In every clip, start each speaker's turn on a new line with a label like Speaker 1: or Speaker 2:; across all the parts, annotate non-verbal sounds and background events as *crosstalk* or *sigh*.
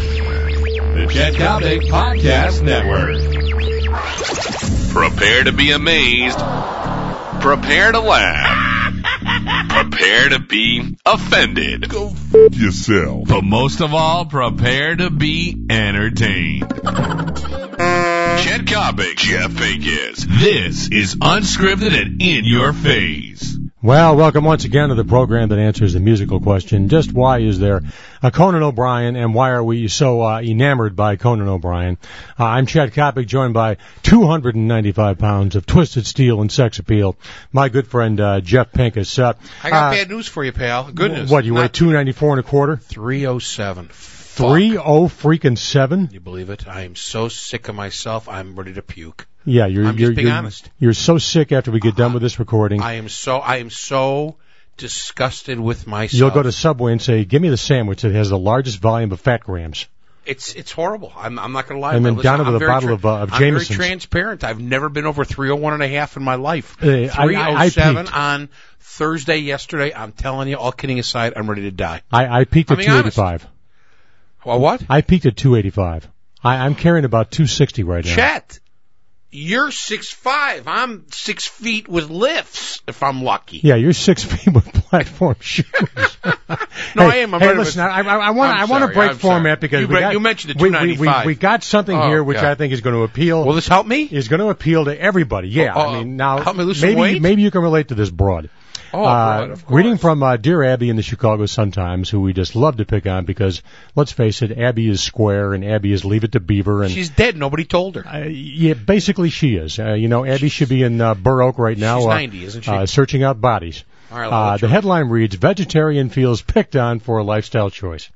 Speaker 1: The Chet Kalnick Podcast Network. Prepare to be amazed. Prepare to laugh. prepare to be offended. Go f- yourself. But most of all, prepare to be entertained. Chet Kalnick, Jeff Akins. This is unscripted and in your face.
Speaker 2: Well, welcome once again to the program that answers the musical question. Just why is there a Conan O'Brien and why are we so uh, enamored by Conan O'Brien? Uh, I'm Chad Kopic, joined by 295 pounds of twisted steel and sex appeal. My good friend, uh, Jeff Pincus. Uh,
Speaker 3: I got
Speaker 2: uh,
Speaker 3: bad news for you, pal. Good news.
Speaker 2: What, you weigh
Speaker 3: Not
Speaker 2: 294 and a quarter?
Speaker 3: 307. Fuck.
Speaker 2: 30 freaking 7?
Speaker 3: You believe it? I am so sick of myself. I'm ready to puke.
Speaker 2: Yeah, you're,
Speaker 3: I'm just
Speaker 2: you're,
Speaker 3: being
Speaker 2: you're,
Speaker 3: honest. Ah,
Speaker 2: you're so sick after we get done with this recording.
Speaker 3: I am so I am so disgusted with myself.
Speaker 2: You'll go to Subway and say, give me the sandwich that has the largest volume of fat grams.
Speaker 3: It's it's horrible. I'm I'm not going to lie.
Speaker 2: And
Speaker 3: but
Speaker 2: then
Speaker 3: listen,
Speaker 2: down with
Speaker 3: I'm
Speaker 2: a
Speaker 3: very
Speaker 2: bottle of, uh, of
Speaker 3: I'm very
Speaker 2: Jameson's.
Speaker 3: transparent. I've never been over 301 and a half in my life.
Speaker 2: Hey, Uh, I- I- I
Speaker 3: 307
Speaker 2: peaked.
Speaker 3: on Thursday yesterday. I'm telling you, all kidding aside, I'm ready to die.
Speaker 2: I, I peaked at
Speaker 3: I'm being
Speaker 2: 285.
Speaker 3: Well, what?
Speaker 2: I peaked at 285. I, I'm carrying about 260 right now.
Speaker 3: Chet, you're six five. I'm six feet with lifts if I'm lucky.
Speaker 2: Yeah, you're six *laughs* feet with platform shoes.
Speaker 3: *laughs* No,
Speaker 2: hey,
Speaker 3: I am. I'm
Speaker 2: hey,
Speaker 3: ready to-
Speaker 2: listen, I, I, I want
Speaker 3: I'm
Speaker 2: I want to
Speaker 3: sorry,
Speaker 2: break
Speaker 3: I'm sorry.
Speaker 2: format because
Speaker 3: You
Speaker 2: we
Speaker 3: bre-
Speaker 2: got,
Speaker 3: you mentioned the
Speaker 2: we- we- We,
Speaker 3: 295.
Speaker 2: we got something
Speaker 3: Oh,
Speaker 2: here which
Speaker 3: God.
Speaker 2: I think is going to appeal.
Speaker 3: Will this help me?
Speaker 2: is going to appeal to everybody. Yeah,
Speaker 3: Oh, oh,
Speaker 2: I mean now
Speaker 3: help me lose some
Speaker 2: maybe
Speaker 3: weight?
Speaker 2: maybe you can relate to this broad. Uh,
Speaker 3: Oh, broad, of course.
Speaker 2: reading from uh, dear Abby in the Chicago Sun Times, who we just love to pick on because let's face it, Abby is square and Abby is leave it to Beaver and
Speaker 3: She's dead. Nobody told her.
Speaker 2: Uh, yeah, basically she is. Uh, you know, Abby should be in uh, Burr Oak right now.
Speaker 3: She's
Speaker 2: uh,
Speaker 3: 90, isn't she?
Speaker 2: Uh, searching out bodies.
Speaker 3: All right, well,
Speaker 2: uh,
Speaker 3: let's
Speaker 2: the
Speaker 3: try.
Speaker 2: headline reads, Vegetarian feels picked on for a lifestyle choice.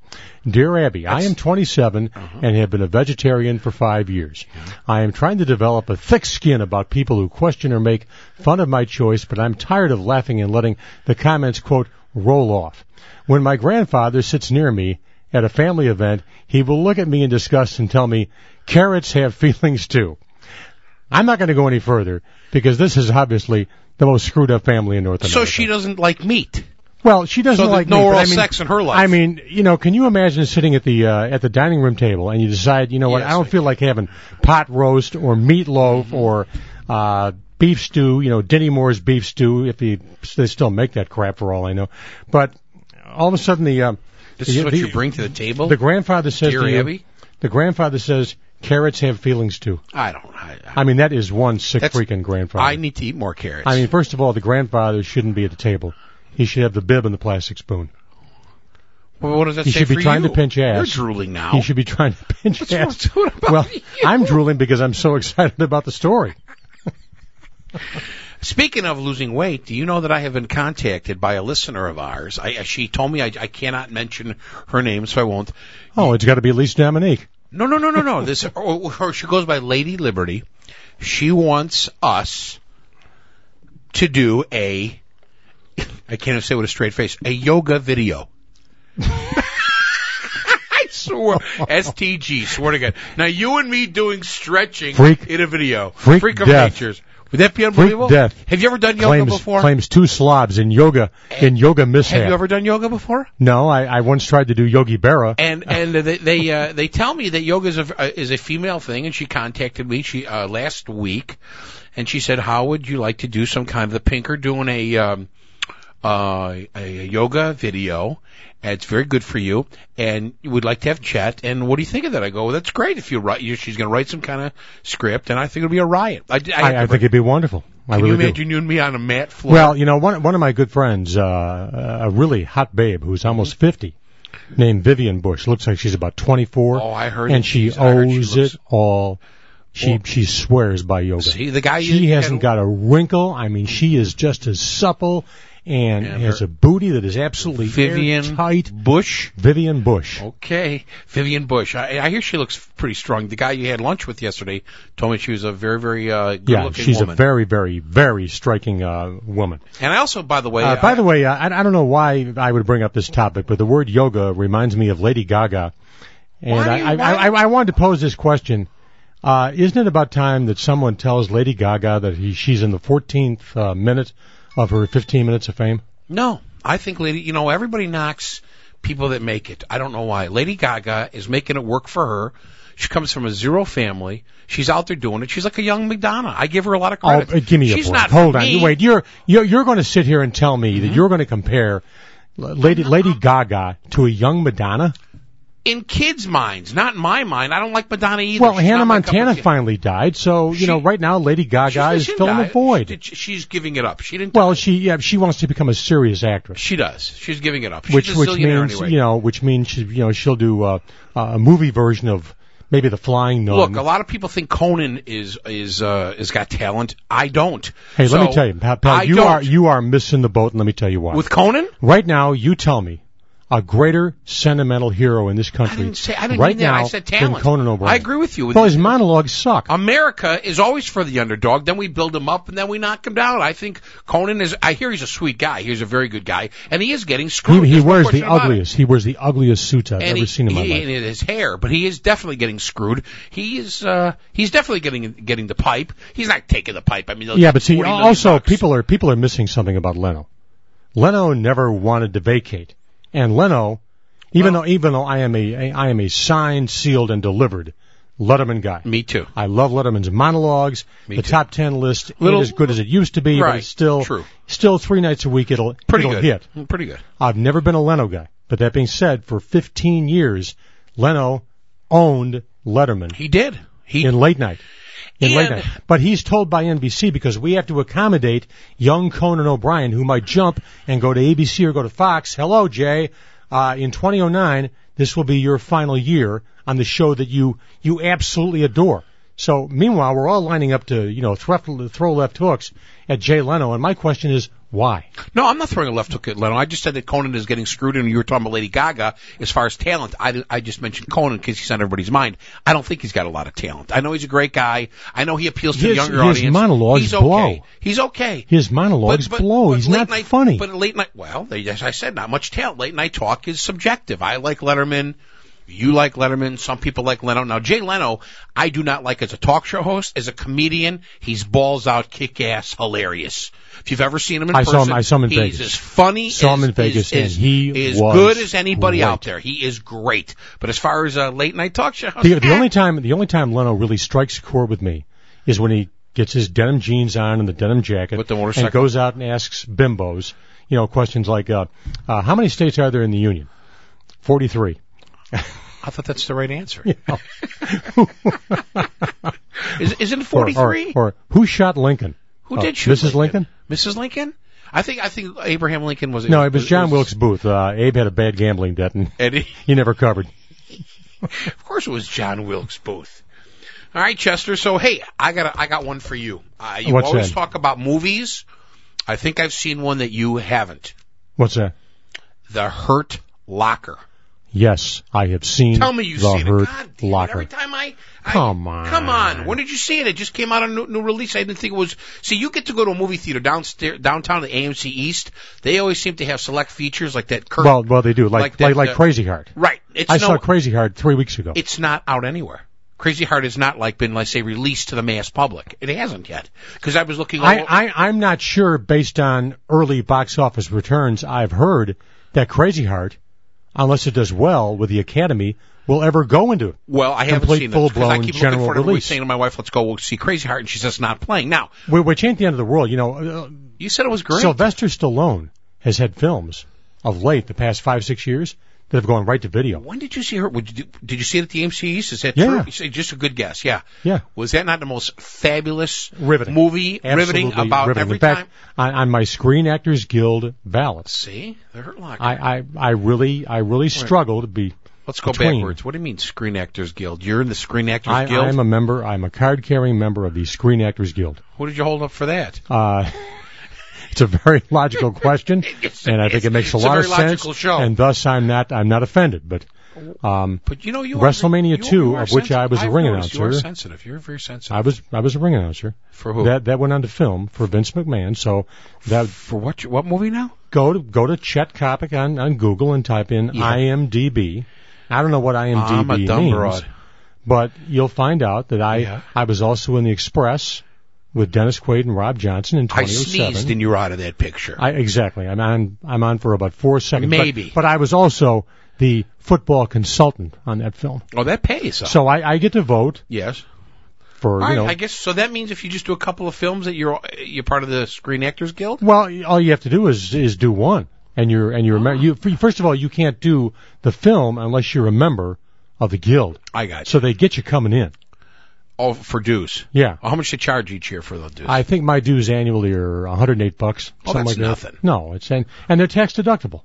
Speaker 2: Dear Abby, I am 27
Speaker 3: Uh-huh.
Speaker 2: and have been a vegetarian for five years. I am trying to develop a thick skin about people who question or make fun of my choice, but I'm tired of laughing and letting the comments, quote, roll off. When my grandfather sits near me at a family event, he will look at me in disgust and tell me, carrots have *laughs* feelings too. I'm not going to go any further because this is obviously the most screwed up family in North America.
Speaker 3: So she doesn't like meat.
Speaker 2: Well, she doesn't
Speaker 3: So there's
Speaker 2: like
Speaker 3: no
Speaker 2: me, but
Speaker 3: oral
Speaker 2: I mean,
Speaker 3: sex in her life.
Speaker 2: I mean, you know, can you imagine sitting at the uh, at the dining room table and you decide, you know what,
Speaker 3: Yes,
Speaker 2: I don't
Speaker 3: I Mm-hmm.
Speaker 2: feel like having pot roast or meatloaf or uh, beef stew. You know, Denny Moore's beef stew, if he, they still make that crap for all I know. But all of a sudden, the uh,
Speaker 3: This
Speaker 2: the,
Speaker 3: is what
Speaker 2: the-
Speaker 3: you bring to the table.
Speaker 2: The grandfather says
Speaker 3: Dear
Speaker 2: to you,
Speaker 3: Abby?
Speaker 2: the grandfather says, carrots have feelings too.
Speaker 3: I don't. I, I,
Speaker 2: I mean, that is one sick
Speaker 3: That's-
Speaker 2: freaking grandfather.
Speaker 3: I need to eat more carrots.
Speaker 2: I mean, first of all, the grandfather shouldn't be at the table. He should have the bib and the plastic spoon.
Speaker 3: well, what does that
Speaker 2: he
Speaker 3: say
Speaker 2: should be
Speaker 3: for
Speaker 2: trying
Speaker 3: you?
Speaker 2: to pinch ass.
Speaker 3: You're drooling now.
Speaker 2: He should be trying to pinch
Speaker 3: What's wrong
Speaker 2: ass.
Speaker 3: with you about
Speaker 2: well,
Speaker 3: you?
Speaker 2: I'm drooling because I'm so *laughs* excited about the story.
Speaker 3: Speaking of losing weight, do you know that I have been contacted by a listener of ours? I, she told me I, I cannot mention her name, so I won't.
Speaker 2: Oh, it's got to be at least Dominique.
Speaker 3: No, no, no, no, no. This *laughs* or, or she goes by Lady Liberty. She wants us to do a. I can't even say with a straight face. A yoga video. *laughs* I swear, STG. Swear to God. Now you and me doing stretching
Speaker 2: Freak-
Speaker 3: in a video.
Speaker 2: freak
Speaker 3: of
Speaker 2: death.
Speaker 3: natures. Would that be unbelievable?
Speaker 2: death.
Speaker 3: Have you ever done yoga
Speaker 2: Claims
Speaker 3: before?
Speaker 2: claims two slobs in yoga in yoga mishap.
Speaker 3: Have you ever done yoga before?
Speaker 2: no, I, I once tried to do Yogi Berra.
Speaker 3: and and they they, uh, they tell me that yoga is a uh, is a female thing, and she contacted me she uh, last week, and she said, "How would you like to do some kind of the pinker doing a um, uh, a yoga video? And it's very good for you, and you would like to have chat. And what do you think of that?" I go, well, "That's great. If you write, you, she's going to write some kind of script, and I think it'll be a riot. I, I,
Speaker 2: I, I, think it'd be wonderful. I
Speaker 3: can
Speaker 2: really
Speaker 3: you
Speaker 2: do.
Speaker 3: imagine you and me on a mat floor?
Speaker 2: Well, you know, one one of my good friends, uh, a really hot babe who's almost
Speaker 3: Mm-hmm.
Speaker 2: fifty, named Vivian Bush. Looks like she's about twenty four.
Speaker 3: Oh, I heard
Speaker 2: And
Speaker 3: that
Speaker 2: she
Speaker 3: she's- I heard she
Speaker 2: owes
Speaker 3: looks-
Speaker 2: it all. She she swears by yoga.
Speaker 3: See, the guy
Speaker 2: she
Speaker 3: you-
Speaker 2: hasn't got a wrinkle. I mean, she is just as supple and,
Speaker 3: And
Speaker 2: has
Speaker 3: her-
Speaker 2: a booty that is absolutely
Speaker 3: Vivian
Speaker 2: tight.
Speaker 3: Bush. Oh,
Speaker 2: Vivian Bush.
Speaker 3: Okay, Vivian Bush. I, I hear she looks pretty strong. The guy you had lunch with yesterday told me she was a very, very uh,
Speaker 2: yeah,
Speaker 3: good-looking
Speaker 2: she's
Speaker 3: woman.
Speaker 2: a very very very striking uh, woman.
Speaker 3: and I also, by the way,
Speaker 2: Uh, by
Speaker 3: I-
Speaker 2: the way, uh, I, I don't know why I would bring up this topic, but the word yoga reminds me of Lady Gaga, and
Speaker 3: Why do
Speaker 2: I,
Speaker 3: you-
Speaker 2: I,
Speaker 3: why-
Speaker 2: I, I wanted to pose this question: uh, Isn't it about time that someone tells Lady Gaga that he, she's in the 14th uh, minute of her 15 minutes of fame?
Speaker 3: no, I think, lady, you know, everybody knocks people that make it. I don't know why. Lady Gaga is making it work for her. She comes from a zero family. She's out there doing it. She's like a young Madonna. I give her a lot of
Speaker 2: Oh,
Speaker 3: credit.
Speaker 2: uh, give me
Speaker 3: She's
Speaker 2: a break.
Speaker 3: not
Speaker 2: Hold on.
Speaker 3: me. Mm-hmm.
Speaker 2: You Wait, you're you're, you're going to sit here and tell me that you're going to compare L- Lady Lady Gaga to a young Madonna?
Speaker 3: in kids' minds, not in my mind. I don't like Madonna either.
Speaker 2: Well,
Speaker 3: She's
Speaker 2: Hannah
Speaker 3: not my cup of
Speaker 2: Montana
Speaker 3: tea.
Speaker 2: finally died, so you
Speaker 3: She-
Speaker 2: know right now Lady
Speaker 3: She's-
Speaker 2: Gaga is
Speaker 3: she didn't
Speaker 2: filling
Speaker 3: die.
Speaker 2: the void.
Speaker 3: She- She's giving it up. She didn't.
Speaker 2: Well, she yeah, she wants to become a serious actress,
Speaker 3: She does. She's giving it up. She's
Speaker 2: which
Speaker 3: a
Speaker 2: which
Speaker 3: zillionaire
Speaker 2: means
Speaker 3: anyway.
Speaker 2: you know which means she, you know she'll do uh, a movie version of maybe the Flying Nun.
Speaker 3: Look, a lot of people think Conan is is uh is got talent. I don't.
Speaker 2: hey, let
Speaker 3: So,
Speaker 2: me tell you, pal, pal,
Speaker 3: I
Speaker 2: you
Speaker 3: don't.
Speaker 2: are you are missing the boat, and let me tell you why.
Speaker 3: with Conan.
Speaker 2: right now, you tell me a greater sentimental hero in this country
Speaker 3: I didn't say. I didn't
Speaker 2: right
Speaker 3: mean that.
Speaker 2: now
Speaker 3: I said talent.
Speaker 2: than Conan O'Brien.
Speaker 3: I agree with you.
Speaker 2: Well, his monologues suck.
Speaker 3: America is always for the underdog. Then we build him up, and then we knock him down. I think Conan is. I hear he's a sweet guy. He's a very good guy, and he is getting screwed.
Speaker 2: he he
Speaker 3: There's no
Speaker 2: wears
Speaker 3: question
Speaker 2: the
Speaker 3: about it.
Speaker 2: ugliest. He wears the ugliest suit I've
Speaker 3: and
Speaker 2: ever
Speaker 3: he,
Speaker 2: seen in my
Speaker 3: he-
Speaker 2: life.
Speaker 3: and his hair, but he is definitely getting screwed. He is uh, he's definitely getting getting the pipe. He's not taking the pipe. I mean, they'll
Speaker 2: Yeah,
Speaker 3: give
Speaker 2: but
Speaker 3: him
Speaker 2: see,
Speaker 3: 40 million
Speaker 2: also
Speaker 3: bucks.
Speaker 2: people are people are missing something about Leno. Leno never wanted to vacate, and Leno, even though even though I am a I am a signed, sealed, and delivered Letterman guy.
Speaker 3: Me too.
Speaker 2: I love Letterman's monologues.
Speaker 3: Me
Speaker 2: the
Speaker 3: too.
Speaker 2: top ten list
Speaker 3: Little-
Speaker 2: ain't as good as it used to be, but
Speaker 3: Right,
Speaker 2: it's still
Speaker 3: true.
Speaker 2: still three nights a week it'll
Speaker 3: Pretty
Speaker 2: it'll
Speaker 3: good. Mm,
Speaker 2: hit.
Speaker 3: Pretty good.
Speaker 2: I've never been a Leno guy, but that being said, for 15 years, Leno owned Letterman
Speaker 3: He did. He
Speaker 2: in late night. In late
Speaker 3: And-
Speaker 2: night. But he's told by NBC because we have to accommodate young Conan O'Brien who might jump and go to ABC or go to Fox. Hello, Jay. Uh, in 2009, this will be your final year on the show that you, you absolutely adore. So meanwhile, we're all lining up to, you know, throw, throw left hooks at Jay Leno. And my question is, why?
Speaker 3: no, I'm not throwing a left hook at Leno. I just said that Conan is getting screwed, and you were talking about Lady Gaga as far as talent. I did- I just mentioned Conan because he's on everybody's mind. I don't think he's got a lot of talent. I know he's a great guy. I know he appeals to the
Speaker 2: His-
Speaker 3: younger
Speaker 2: his
Speaker 3: audience.
Speaker 2: monologues
Speaker 3: he's okay.
Speaker 2: blow.
Speaker 3: He's okay.
Speaker 2: His monologues blow. He's
Speaker 3: late
Speaker 2: not
Speaker 3: night,
Speaker 2: funny.
Speaker 3: But late night, well, they, as I said, not much talent. Late night talk is subjective. I like Letterman. You like Letterman. Some people like Leno. Now, Jay Leno, I do not like as a talk show host. As a comedian, he's balls out, kick ass, hilarious. If you've ever seen him in
Speaker 2: I saw
Speaker 3: person,
Speaker 2: him- I saw him in
Speaker 3: he's
Speaker 2: Vegas.
Speaker 3: as funny
Speaker 2: Saw
Speaker 3: as,
Speaker 2: him in Vegas,
Speaker 3: is, is,
Speaker 2: and he
Speaker 3: is
Speaker 2: was
Speaker 3: good as anybody
Speaker 2: great.
Speaker 3: out there. He is great. But as far as a late night talk show host,
Speaker 2: The, the
Speaker 3: eh.
Speaker 2: only time the only time Leno really strikes a chord with me is when he gets his denim jeans on and the denim jacket
Speaker 3: With the motorcycle.
Speaker 2: and goes out and asks bimbos, you know, questions like, uh, uh, "How many states are there in the union?" Forty-three.
Speaker 3: I thought that's the
Speaker 2: *laughs*
Speaker 3: right answer. *laughs* is, is it
Speaker 2: Or-
Speaker 3: 43?
Speaker 2: Or, or who shot Lincoln?
Speaker 3: Who
Speaker 2: Oh,
Speaker 3: did shoot
Speaker 2: Mrs. Lincoln?
Speaker 3: Mrs. Lincoln? I think I think Abraham Lincoln was.
Speaker 2: No, it was John Wilkes Booth. Uh, Abe had a bad gambling debt and
Speaker 3: Eddie. *laughs*
Speaker 2: he never covered.
Speaker 3: Of course, it was John Wilkes Booth. All right, Chester. So hey, I got I got one for you. Uh, you
Speaker 2: What's
Speaker 3: always
Speaker 2: that?
Speaker 3: talk about movies. I think I've seen one that you haven't.
Speaker 2: What's that?
Speaker 3: The Hurt Locker.
Speaker 2: Yes, I have seen
Speaker 3: Tell me you've
Speaker 2: the
Speaker 3: seen
Speaker 2: Hurt
Speaker 3: it. God damn
Speaker 2: Locker.
Speaker 3: It. Every time I, I
Speaker 2: Come on.
Speaker 3: come on. When did you see it? It just came out on new, new release. I didn't think it was. See, you get to go to a movie theater downstairs, downtown, the AMC East. They always seem to have select features like that. Kurt,
Speaker 2: well, well, they do like
Speaker 3: Like
Speaker 2: like,
Speaker 3: that,
Speaker 2: like,
Speaker 3: uh,
Speaker 2: Crazy Heart.
Speaker 3: right. It's
Speaker 2: I
Speaker 3: no,
Speaker 2: saw Crazy Heart three weeks ago.
Speaker 3: it's not out anywhere. Crazy Heart has not like been, let's say, released to the mass public. It hasn't yet because I was looking. all-
Speaker 2: I, I, I'm not sure, based on early box office returns, I've heard that Crazy Heart, unless it does well with the Academy, will ever go into it.
Speaker 3: well, I haven't
Speaker 2: complete
Speaker 3: seen it because
Speaker 2: full-blown
Speaker 3: I keep looking
Speaker 2: general
Speaker 3: for it. Everybody's
Speaker 2: release.
Speaker 3: saying to my wife, "Let's go we'll see Crazy Heart," and she says, "Not playing." Now,
Speaker 2: Wh- Which ain't the end of the world. You know, uh,
Speaker 3: you said it was great.
Speaker 2: Sylvester Stallone has had films of late, the past five, six years, that have gone right to video.
Speaker 3: when did you see her? Would you, did you see it at the AMC East? Is that
Speaker 2: Yeah.
Speaker 3: true? You say, just a good guess. Yeah.
Speaker 2: Yeah.
Speaker 3: Was that not the most fabulous
Speaker 2: Riveting.
Speaker 3: movie?
Speaker 2: Absolutely
Speaker 3: riveting about
Speaker 2: riveting.
Speaker 3: every
Speaker 2: In fact,
Speaker 3: time.
Speaker 2: On, on my Screen Actors Guild ballot,
Speaker 3: See, the Hurt Locker.
Speaker 2: I, I, I really, I really struggle to be.
Speaker 3: Let's go
Speaker 2: between.
Speaker 3: backwards. What do you mean, Screen Actors Guild? You're in the Screen Actors
Speaker 2: I,
Speaker 3: Guild.
Speaker 2: I'm a member. I'm a card-carrying member of the Screen Actors Guild.
Speaker 3: Who did you hold up for that?
Speaker 2: Uh, it's a very *laughs* logical question,
Speaker 3: *laughs* Yes, it
Speaker 2: and I
Speaker 3: is.
Speaker 2: think it makes a
Speaker 3: It's a
Speaker 2: lot
Speaker 3: very
Speaker 2: of sense.
Speaker 3: logical show.
Speaker 2: And thus, I'm not I'm not offended. But um,
Speaker 3: But you know, you
Speaker 2: WrestleMania
Speaker 3: are, you,
Speaker 2: 2,
Speaker 3: you are
Speaker 2: of which I was a
Speaker 3: sensitive.
Speaker 2: ring
Speaker 3: I've noticed You are
Speaker 2: announcer.
Speaker 3: sensitive. You're very sensitive.
Speaker 2: I was I was a ring announcer.
Speaker 3: for who?
Speaker 2: That that went on to film for Vince McMahon. So that
Speaker 3: for what? you- What movie now?
Speaker 2: go to go to Chet Kopic on, on Google and type in
Speaker 3: Yeah.
Speaker 2: IMDb. I don't know what IMDb
Speaker 3: I'm a dumb
Speaker 2: means,
Speaker 3: broad.
Speaker 2: but you'll find out that I
Speaker 3: Yeah.
Speaker 2: I was also in the Express. with Dennis Quaid and Rob Johnson in
Speaker 3: I
Speaker 2: 2007.
Speaker 3: sneezed and you were out of that picture.
Speaker 2: I exactly. I'm on. I'm on for about four seconds. but-
Speaker 3: Maybe.
Speaker 2: but, I was also the football consultant on that film,
Speaker 3: oh, that pays.
Speaker 2: so I, I get to vote
Speaker 3: yes.
Speaker 2: for
Speaker 3: All
Speaker 2: you
Speaker 3: right,
Speaker 2: know.
Speaker 3: I guess so. That means if you just do a couple of films, that you're you're part of the Screen Actors Guild.
Speaker 2: well, all you have to do is is do one, and you're and you're a mem- you. First of all, you can't do the film unless you're a member of the guild,
Speaker 3: I got
Speaker 2: so they get you coming in.
Speaker 3: Oh, for dues.
Speaker 2: Yeah.
Speaker 3: How much they charge each year for the dues?
Speaker 2: I think my dues annually are 108 bucks.
Speaker 3: Oh,
Speaker 2: something
Speaker 3: that's
Speaker 2: like
Speaker 3: nothing.
Speaker 2: That. No, it's and, and they're tax deductible,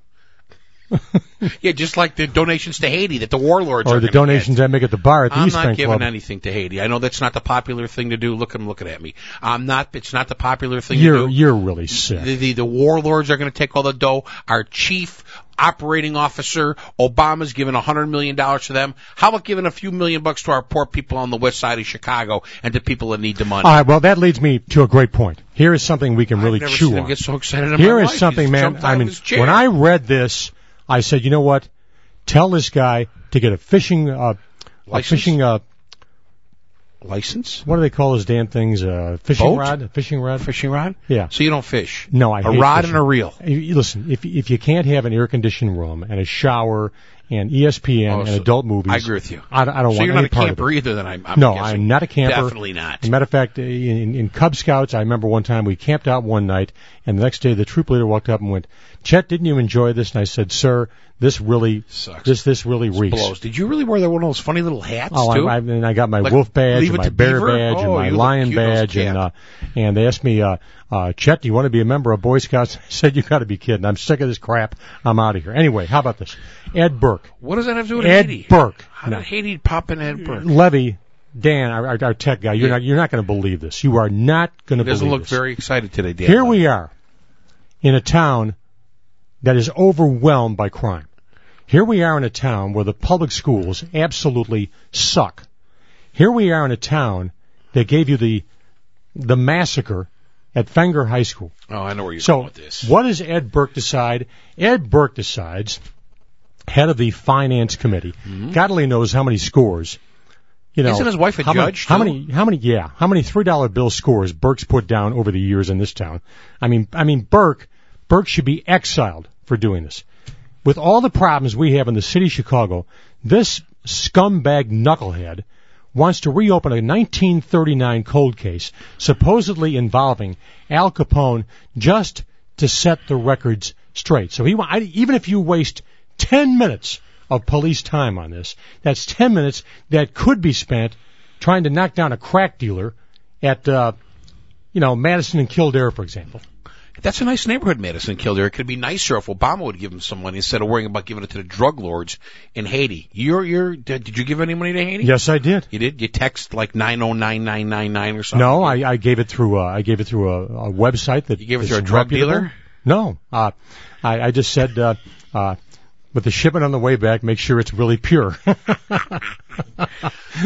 Speaker 3: yeah, just like the donations to Haiti that the warlords
Speaker 2: or
Speaker 3: are
Speaker 2: the
Speaker 3: gonna get.
Speaker 2: donations I make at the bar at the
Speaker 3: I'm
Speaker 2: East
Speaker 3: not
Speaker 2: Bank
Speaker 3: giving
Speaker 2: Club.
Speaker 3: anything to Haiti. I know that's not the popular thing to do. Look, I'm looking at me. I'm not. It's not the popular thing
Speaker 2: You're
Speaker 3: to do.
Speaker 2: you're really sick.
Speaker 3: the, the, the warlords are going to take all the dough. Our chief operating officer, Obama's giving a hundred million dollars to them. How about giving a few million bucks to our poor people on the west side of Chicago and to people that need the money?
Speaker 2: All right, well, that leads me to a great point. Here is something we can really
Speaker 3: I've never
Speaker 2: chew
Speaker 3: seen him
Speaker 2: on.
Speaker 3: get so excited in
Speaker 2: Here
Speaker 3: my
Speaker 2: is
Speaker 3: life.
Speaker 2: something,
Speaker 3: He's
Speaker 2: man.
Speaker 3: jumped out
Speaker 2: I
Speaker 3: of
Speaker 2: mean,
Speaker 3: his chair.
Speaker 2: when I read this, I said, you know what? Tell this guy to get a fishing, uh, a
Speaker 3: License?
Speaker 2: fishing, uh,
Speaker 3: license
Speaker 2: what do they call those damn things? Uh, fishing
Speaker 3: Boat?
Speaker 2: rod? Fishing rod?
Speaker 3: fishing rod.
Speaker 2: Yeah.
Speaker 3: So you don't fish.
Speaker 2: No, I
Speaker 3: A
Speaker 2: hate
Speaker 3: rod
Speaker 2: fishing.
Speaker 3: and a reel.
Speaker 2: You- you- Listen, if if you can't have an air conditioned room and a shower and E ESPN
Speaker 3: Oh,
Speaker 2: and
Speaker 3: so-
Speaker 2: adult movies,
Speaker 3: I agree with you.
Speaker 2: I, don't- I don't
Speaker 3: So
Speaker 2: want
Speaker 3: you're not
Speaker 2: any
Speaker 3: a
Speaker 2: part of it.
Speaker 3: camper either, then I'm, I'm
Speaker 2: No,
Speaker 3: guessing.
Speaker 2: I'm not a camper.
Speaker 3: Definitely not.
Speaker 2: As a matter of fact, in, in Cub Scouts, I remember one time we camped out one night, and the next day the troop leader walked up and went, "Chet, didn't you enjoy this?" And I said, "Sir, this really
Speaker 3: Sucks.
Speaker 2: This this really reeks."
Speaker 3: Blows. Did you really wear that one of those funny little hats
Speaker 2: Oh,
Speaker 3: too?
Speaker 2: I, I, and I got my
Speaker 3: Like,
Speaker 2: wolf badge,
Speaker 3: Leave
Speaker 2: and
Speaker 3: It
Speaker 2: my
Speaker 3: to
Speaker 2: bear
Speaker 3: Beaver?
Speaker 2: badge,
Speaker 3: Oh,
Speaker 2: and
Speaker 3: you
Speaker 2: my
Speaker 3: look
Speaker 2: lion
Speaker 3: cute in those
Speaker 2: badge, and uh,
Speaker 3: caps.
Speaker 2: and they asked me, uh, uh, Chet, do you want to be a member of Boy Scouts? I said, you got to be kidding! I'm sick of this crap. I'm out of here. Anyway, how about this? Ed Burke,
Speaker 3: what does that have to do with
Speaker 2: Ed
Speaker 3: Haiti?
Speaker 2: Burke,
Speaker 3: How did Haiti pop in Ed Burke?
Speaker 2: Levy, Dan, our, our, our tech guy. You're not you're not going to believe this. You are not going to
Speaker 3: He
Speaker 2: believe
Speaker 3: doesn't look
Speaker 2: this.
Speaker 3: very excited today, Dan.
Speaker 2: Here we are in a town that is overwhelmed by crime. Here we are in a town where the public schools absolutely suck. Here we are in a town that gave you the the massacre at Fenger High School.
Speaker 3: Oh, I know where you're going with this.
Speaker 2: What does Ed Burke decide? Ed Burke decides, head of the finance committee, God only knows how many scores. You know,
Speaker 3: Mm-hmm. Isn't his wife a
Speaker 2: how Many,
Speaker 3: judge,
Speaker 2: how
Speaker 3: too?
Speaker 2: many? How many? Yeah, how many three dollar bill scores Burke's put down over the years in this town? I mean, I mean Burke, Burke should be exiled for doing this. With all the problems we have in the city of Chicago, this scumbag knucklehead wants to reopen a 1939 cold case supposedly involving Al Capone just to set the records straight. So he wa- I, even if you waste 10 minutes of police time on this, that's 10 minutes that could be spent trying to knock down a crack dealer at uh, you know Madison and Kildare for example.
Speaker 3: That's a nice neighborhood, Madison Kildare. It could be nicer if Obama would give him some money instead of worrying about giving it to the drug lords in Haiti. You're, you're, did did you give any money to Haiti?
Speaker 2: Yes, I did.
Speaker 3: You did? You text like 909999 or something?
Speaker 2: No, I, I gave it through uh, I gave it through a, a website that
Speaker 3: You gave it
Speaker 2: is
Speaker 3: through a drug
Speaker 2: reputable.
Speaker 3: dealer?
Speaker 2: No, uh, I, I just said uh, uh, with the shipment on the way back, make sure it's really pure. *laughs*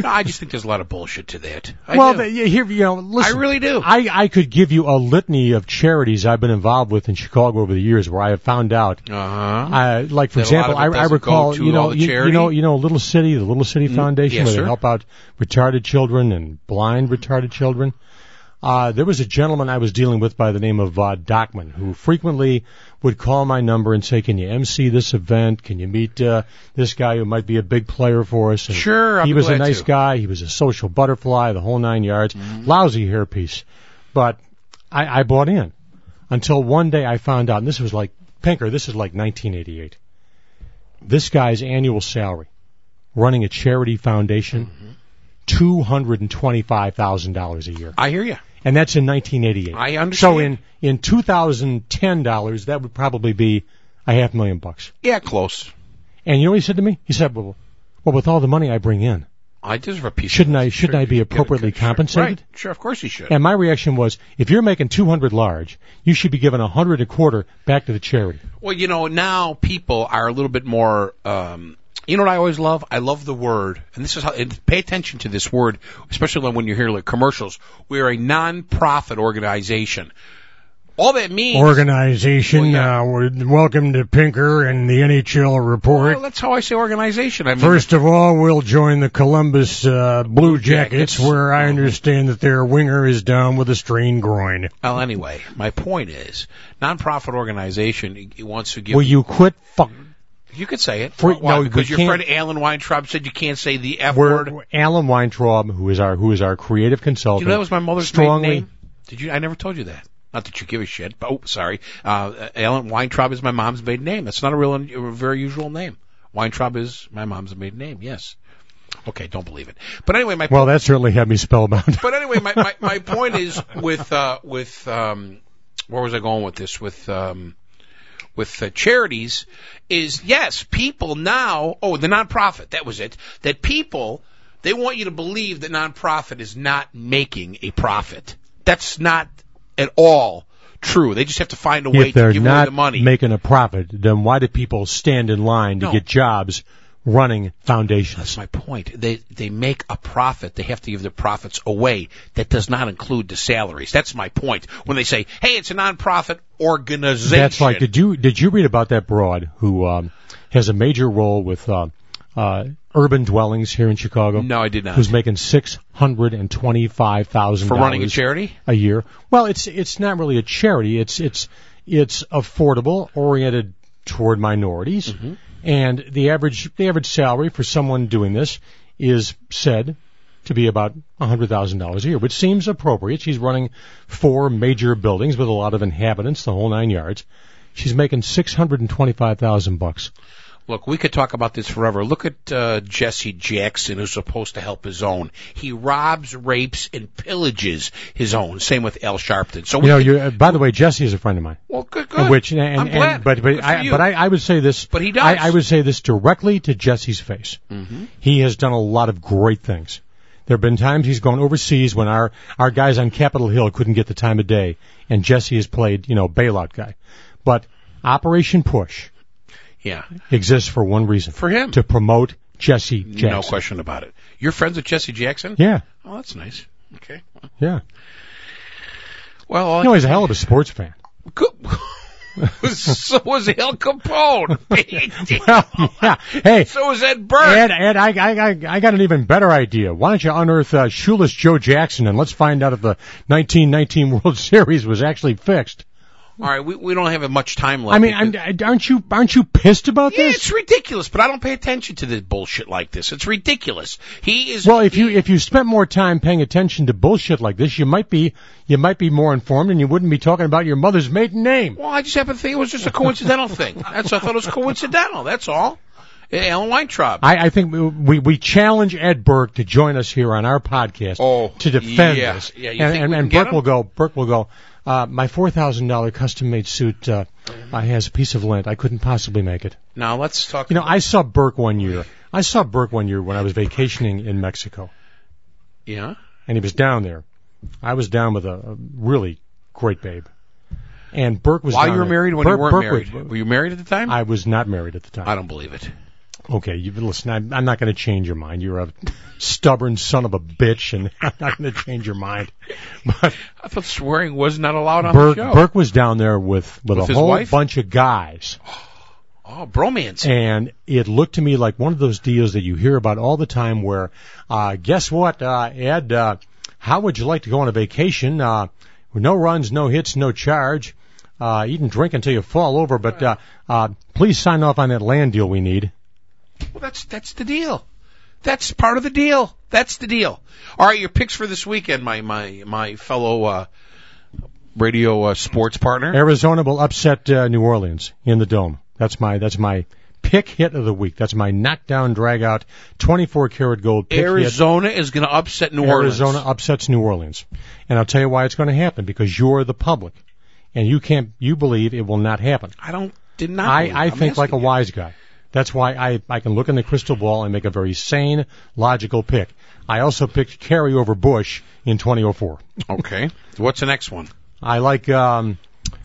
Speaker 3: No, I just think there's a lot of bullshit to that. I
Speaker 2: well,
Speaker 3: do.
Speaker 2: the, here you know, listen,
Speaker 3: I really do.
Speaker 2: I, I could give you a litany of charities I've been involved with in Chicago over the years where I have found out
Speaker 3: uh-huh.
Speaker 2: I, like for
Speaker 3: That a lot
Speaker 2: example,
Speaker 3: of it
Speaker 2: I, I
Speaker 3: doesn't go
Speaker 2: recall
Speaker 3: to
Speaker 2: you
Speaker 3: all
Speaker 2: know
Speaker 3: the
Speaker 2: you, you
Speaker 3: charity? Mm-hmm.
Speaker 2: know you know Little City, the Little City Foundation,
Speaker 3: yes,
Speaker 2: where
Speaker 3: sir.
Speaker 2: they help out retarded children and blind retarded children. Uh, there was a gentleman I was dealing with by the name of uh, Dockman who frequently would call my number and say, "Can you MC this event? Can you meet uh, this guy who might be a big player for us?" And
Speaker 3: Sure, I'll
Speaker 2: he
Speaker 3: be
Speaker 2: was a
Speaker 3: glad
Speaker 2: nice
Speaker 3: to. Mm-hmm.
Speaker 2: guy. He was a social butterfly, the whole nine yards. Lousy hairpiece, but I, I bought in until one day I found out, and this was like Pinker, this is like 1988. This guy's annual salary, running a charity foundation,
Speaker 3: Mm-hmm.
Speaker 2: $225,000 a year.
Speaker 3: I hear you.
Speaker 2: And that's in 1988.
Speaker 3: I
Speaker 2: So
Speaker 3: understand.
Speaker 2: in, in 2010 dollars, that would probably be a half million bucks.
Speaker 3: Yeah, close.
Speaker 2: And you know what he said to me? He said, well, well with all the money I bring in,
Speaker 3: I deserve a piece
Speaker 2: shouldn't
Speaker 3: of
Speaker 2: I, shouldn't I be appropriately compensated?
Speaker 3: Right. Sure, of course you should.
Speaker 2: And my reaction was, if you're making 200 large, you should be given 100 a quarter back to the charity.
Speaker 3: Well, you know, now people are a little bit more. Um, you know what I always love? I love the word, and this is how. And pay attention to this word, especially when you hear like commercials. We are a non-profit organization. All that means.
Speaker 2: organization.
Speaker 3: Well, yeah.
Speaker 2: uh, we're- welcome to Pinker and the NHL report.
Speaker 3: Well, that's how I say organization. I mean,
Speaker 2: First of all, we'll join the Columbus uh, Blue Jackets,
Speaker 3: Jackets.
Speaker 2: where I understand that their winger is down with a strained groin.
Speaker 3: well, anyway, my point is, nonprofit organization wants to give.
Speaker 2: Will you quit? Fuck.
Speaker 3: You could say it.
Speaker 2: For-
Speaker 3: Why?
Speaker 2: no, we
Speaker 3: because your
Speaker 2: can't-
Speaker 3: friend Alan Weintraub said you can't say the F
Speaker 2: We're,
Speaker 3: word.
Speaker 2: Alan Weintraub, who is our who is our creative
Speaker 3: You
Speaker 2: consultant.
Speaker 3: know that was my mother's
Speaker 2: strongly-
Speaker 3: maiden name. Did you? I never told you that. Not that you give a shit. But, oh, sorry. Uh, Alan Weintraub is my mom's maiden name. That's not a real, a very usual name. Weintraub is my mom's maiden name. Yes. Okay, don't believe it. But anyway, my
Speaker 2: well, that certainly had me spellbound.
Speaker 3: but anyway, my, my, my point is with uh, with um, where was I going with this? With um, with uh, charities is yes, people now. Oh, the nonprofit. That was it. That people they want you to believe that nonprofit is not making a profit. That's not at all true. They just have to find a
Speaker 2: *laughs*
Speaker 3: way
Speaker 2: if
Speaker 3: to
Speaker 2: they're
Speaker 3: give away
Speaker 2: not
Speaker 3: the money.
Speaker 2: making a profit, then why do people stand in line to
Speaker 3: No.
Speaker 2: get jobs running foundations?
Speaker 3: That's my point. They they make a profit. They have to give their profits away. That does not include the salaries. That's my point. When they say, "Hey, it's a nonprofit organization,"
Speaker 2: That's right. Did you did you read about that broad who um, has a major role with uh, uh, urban dwellings here in Chicago?
Speaker 3: No, I did not.
Speaker 2: Who's making six hundred and twenty-five thousand
Speaker 3: For running a charity?
Speaker 2: a year? Well, it's it's not really a charity. It's it's it's affordable, oriented toward minorities, and the average the average salary for someone doing this is said to be about hundred thousand dollars a year, which seems appropriate. She's running four major buildings with a lot of inhabitants, the whole nine yards. She's making six hundred and twenty-five thousand bucks.
Speaker 3: Look, we could talk about this forever. Look at uh, Jesse Jackson, who's supposed to help his own. He robs, rapes, and pillages his own. Same with Al Sharpton. So we
Speaker 2: You know,
Speaker 3: could-
Speaker 2: you. uh, By the way, Jesse is a friend of mine.
Speaker 3: well, good, good.
Speaker 2: Which and, and,
Speaker 3: I'm glad.
Speaker 2: and- but but
Speaker 3: Good for
Speaker 2: I,
Speaker 3: you.
Speaker 2: but I, I would say this.
Speaker 3: But he does.
Speaker 2: I, I would say this directly to Jesse's face. Mm-hmm. He has done a lot of great things. There have been times he's gone overseas when our our guys on Capitol Hill couldn't get the time of day, and Jesse has played you know bailout guy. But Operation Push
Speaker 3: yeah,
Speaker 2: exists for one reason:
Speaker 3: for him,
Speaker 2: to promote Jesse Jackson.
Speaker 3: no question about it. You're friends with Jesse Jackson?
Speaker 2: Yeah,
Speaker 3: Oh, that's nice. Okay.
Speaker 2: yeah.
Speaker 3: Well, all I
Speaker 2: You know, he's a hell of a sports fan. *laughs*
Speaker 3: Good. *laughs* so was Al
Speaker 2: *laughs*
Speaker 3: Capone.
Speaker 2: Well, yeah. Hey,
Speaker 3: so was Ed Burke.
Speaker 2: Ed, Ed, I, I, I, I got an even better idea. Why don't you unearth uh, shoeless Joe Jackson and let's find out if the 1919 *laughs* World Series was actually fixed.
Speaker 3: All right, we, we don't have much time left.
Speaker 2: I mean,
Speaker 3: because-
Speaker 2: I'm, I- aren't you aren't you pissed about
Speaker 3: yeah,
Speaker 2: this?
Speaker 3: it's ridiculous, but I don't pay attention to this bullshit like this. It's ridiculous. He is.
Speaker 2: Well, if you if you spent more time paying attention to bullshit like this, you might be you might be more informed and you wouldn't be talking about your mother's maiden name.
Speaker 3: well, I just happen to think it was just a coincidental thing. That's I thought it was coincidental. That's all. Eh, Alan Weintraub.
Speaker 2: I, I think we, we we challenge Ed Burke to join us here on our podcast
Speaker 3: Oh,
Speaker 2: to defend
Speaker 3: yeah.
Speaker 2: this.
Speaker 3: Yeah, you
Speaker 2: and
Speaker 3: think
Speaker 2: and,
Speaker 3: we
Speaker 2: and
Speaker 3: can get
Speaker 2: Burke will
Speaker 3: him?
Speaker 2: go. Burke will go. Uh, my four thousand dollar custom made suit uh, uh, has a piece of lint. I couldn't possibly make it.
Speaker 3: now let's talk.
Speaker 2: You know, I saw Burke one year. I saw Burke one year when I was vacationing in Mexico,
Speaker 3: yeah.
Speaker 2: and he was down there. I was down with a, a really great babe, and Burke was.
Speaker 3: While
Speaker 2: down
Speaker 3: you were
Speaker 2: there.
Speaker 3: married, when
Speaker 2: Burke-
Speaker 3: you weren't
Speaker 2: Burke
Speaker 3: married,
Speaker 2: was-
Speaker 3: were you married at the time?
Speaker 2: I was not married at the time.
Speaker 3: I don't believe it.
Speaker 2: Okay, you listen. I'm, I'm not going to change your mind. You're a stubborn son of a bitch, and *laughs* I'm not going to change your mind. But
Speaker 3: I thought swearing was not allowed on
Speaker 2: Burke,
Speaker 3: the show.
Speaker 2: Burke was down there with with, a
Speaker 3: With his
Speaker 2: whole
Speaker 3: wife?
Speaker 2: bunch of guys,
Speaker 3: Oh, bromance.
Speaker 2: and it looked to me like one of those deals that you hear about all the time. Where, uh, guess what, uh, Ed? Uh, how would you like to go on a vacation? Uh, with no runs, no hits, no charge. Uh, eat and drink until you fall over, but uh, uh, please sign off on that land deal we need.
Speaker 3: Well, that's that's the deal. That's part of the deal. That's the deal. All right, your picks for this weekend, my my my fellow uh, radio uh, sports partner.
Speaker 2: Arizona will upset uh, New Orleans in the dome. That's my that's my pick hit of the week. That's my knockdown drag out 24 karat gold pick hit.
Speaker 3: Arizona is going to upset New Orleans.
Speaker 2: Arizona upsets New Orleans. And I'll tell you why it's going to happen because you're the public and you can't you believe it will not happen.
Speaker 3: I don't did not.
Speaker 2: I
Speaker 3: believe it.
Speaker 2: I
Speaker 3: I'm
Speaker 2: think like a
Speaker 3: asking
Speaker 2: wise guy. That's why I I can look in the crystal ball and make a very sane, logical pick. I also picked Kerry over Bush in 2004.
Speaker 3: you. Okay, so what's the next one?
Speaker 2: I like um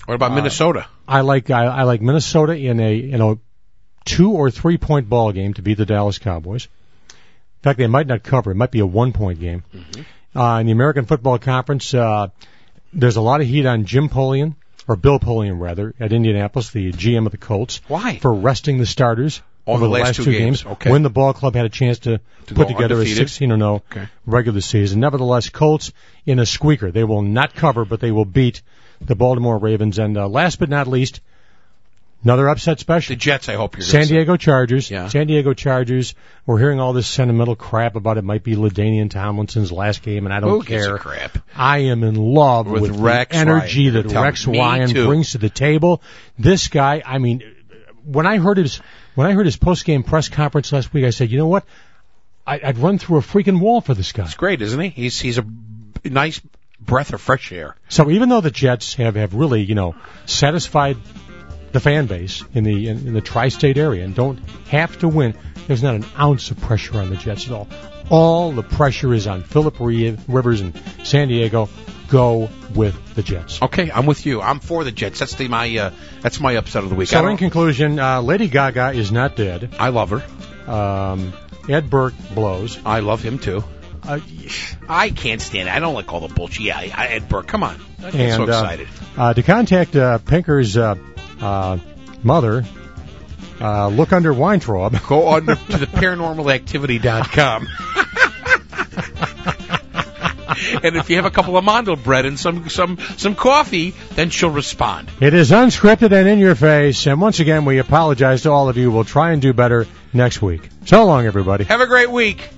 Speaker 3: What about Minnesota?
Speaker 2: I like I, I like Minnesota in a in a two or three point ball game to beat the Dallas Cowboys. In fact, they might not cover. It might be a one point game. Uh, in the American Football Conference, uh, there's a lot of heat on Jim Polian or Bill Pulliam rather, at Indianapolis, the GM of the Colts,
Speaker 3: Why?
Speaker 2: for resting the starters
Speaker 3: On
Speaker 2: over
Speaker 3: the last two games, okay.
Speaker 2: when the ball club had a chance to,
Speaker 3: go
Speaker 2: put together
Speaker 3: undefeated.
Speaker 2: a 16 or no
Speaker 3: Okay.
Speaker 2: regular season. Nevertheless, Colts in a squeaker. They will not cover, but they will beat the Baltimore Ravens. And uh, last but not least, another upset special.
Speaker 3: The Jets, I hope you're gonna
Speaker 2: San
Speaker 3: say.
Speaker 2: Diego Chargers.
Speaker 3: Yeah.
Speaker 2: San Diego Chargers. We're hearing all this sentimental crap about it might be Ladainian Tomlinson's last game, and I don't
Speaker 3: Who gives
Speaker 2: care.
Speaker 3: a crap?
Speaker 2: I am in love
Speaker 3: With
Speaker 2: with,
Speaker 3: Rex
Speaker 2: the energy
Speaker 3: Ryan.
Speaker 2: that
Speaker 3: Tell
Speaker 2: Rex
Speaker 3: me
Speaker 2: Ryan
Speaker 3: too.
Speaker 2: brings to the table. This guy, I mean, when I heard his when I heard his post game press conference last week, I said, you know what? I, I'd run through a freaking wall for this guy.
Speaker 3: It's great, isn't he? He's he's a b- nice breath of fresh air.
Speaker 2: So even though the Jets have, have really, you know, satisfied the fan base in the in, in the tri-state area and don't have to win, there's not an ounce of pressure on the Jets at all. All the pressure is on Philip Re- Rivers and San Diego. Go with the Jets.
Speaker 3: Okay, I'm with you. I'm for the Jets. That's the my uh, that's my upset of the week. I,
Speaker 2: So
Speaker 3: don't-
Speaker 2: in conclusion, uh, Lady Gaga is not dead.
Speaker 3: I love her.
Speaker 2: Um, Ed Burke blows.
Speaker 3: I love him too.
Speaker 2: Uh,
Speaker 3: I can't stand it. I don't like all the bullshit. Yeah, I, I, Ed Burke, come on. I get
Speaker 2: and
Speaker 3: so
Speaker 2: uh,
Speaker 3: excited.
Speaker 2: Uh, to contact uh, Pinker's uh, uh, mother, uh, look under Weintraub. *laughs*
Speaker 3: Go on to the paranormalactivity.com. *laughs* and if you have a couple of mandel bread and some some some coffee, then she'll respond.
Speaker 2: It is unscripted and in your face, and once again, we apologize to all of you. We'll try and do better next week. So long, everybody.
Speaker 3: Have a great week.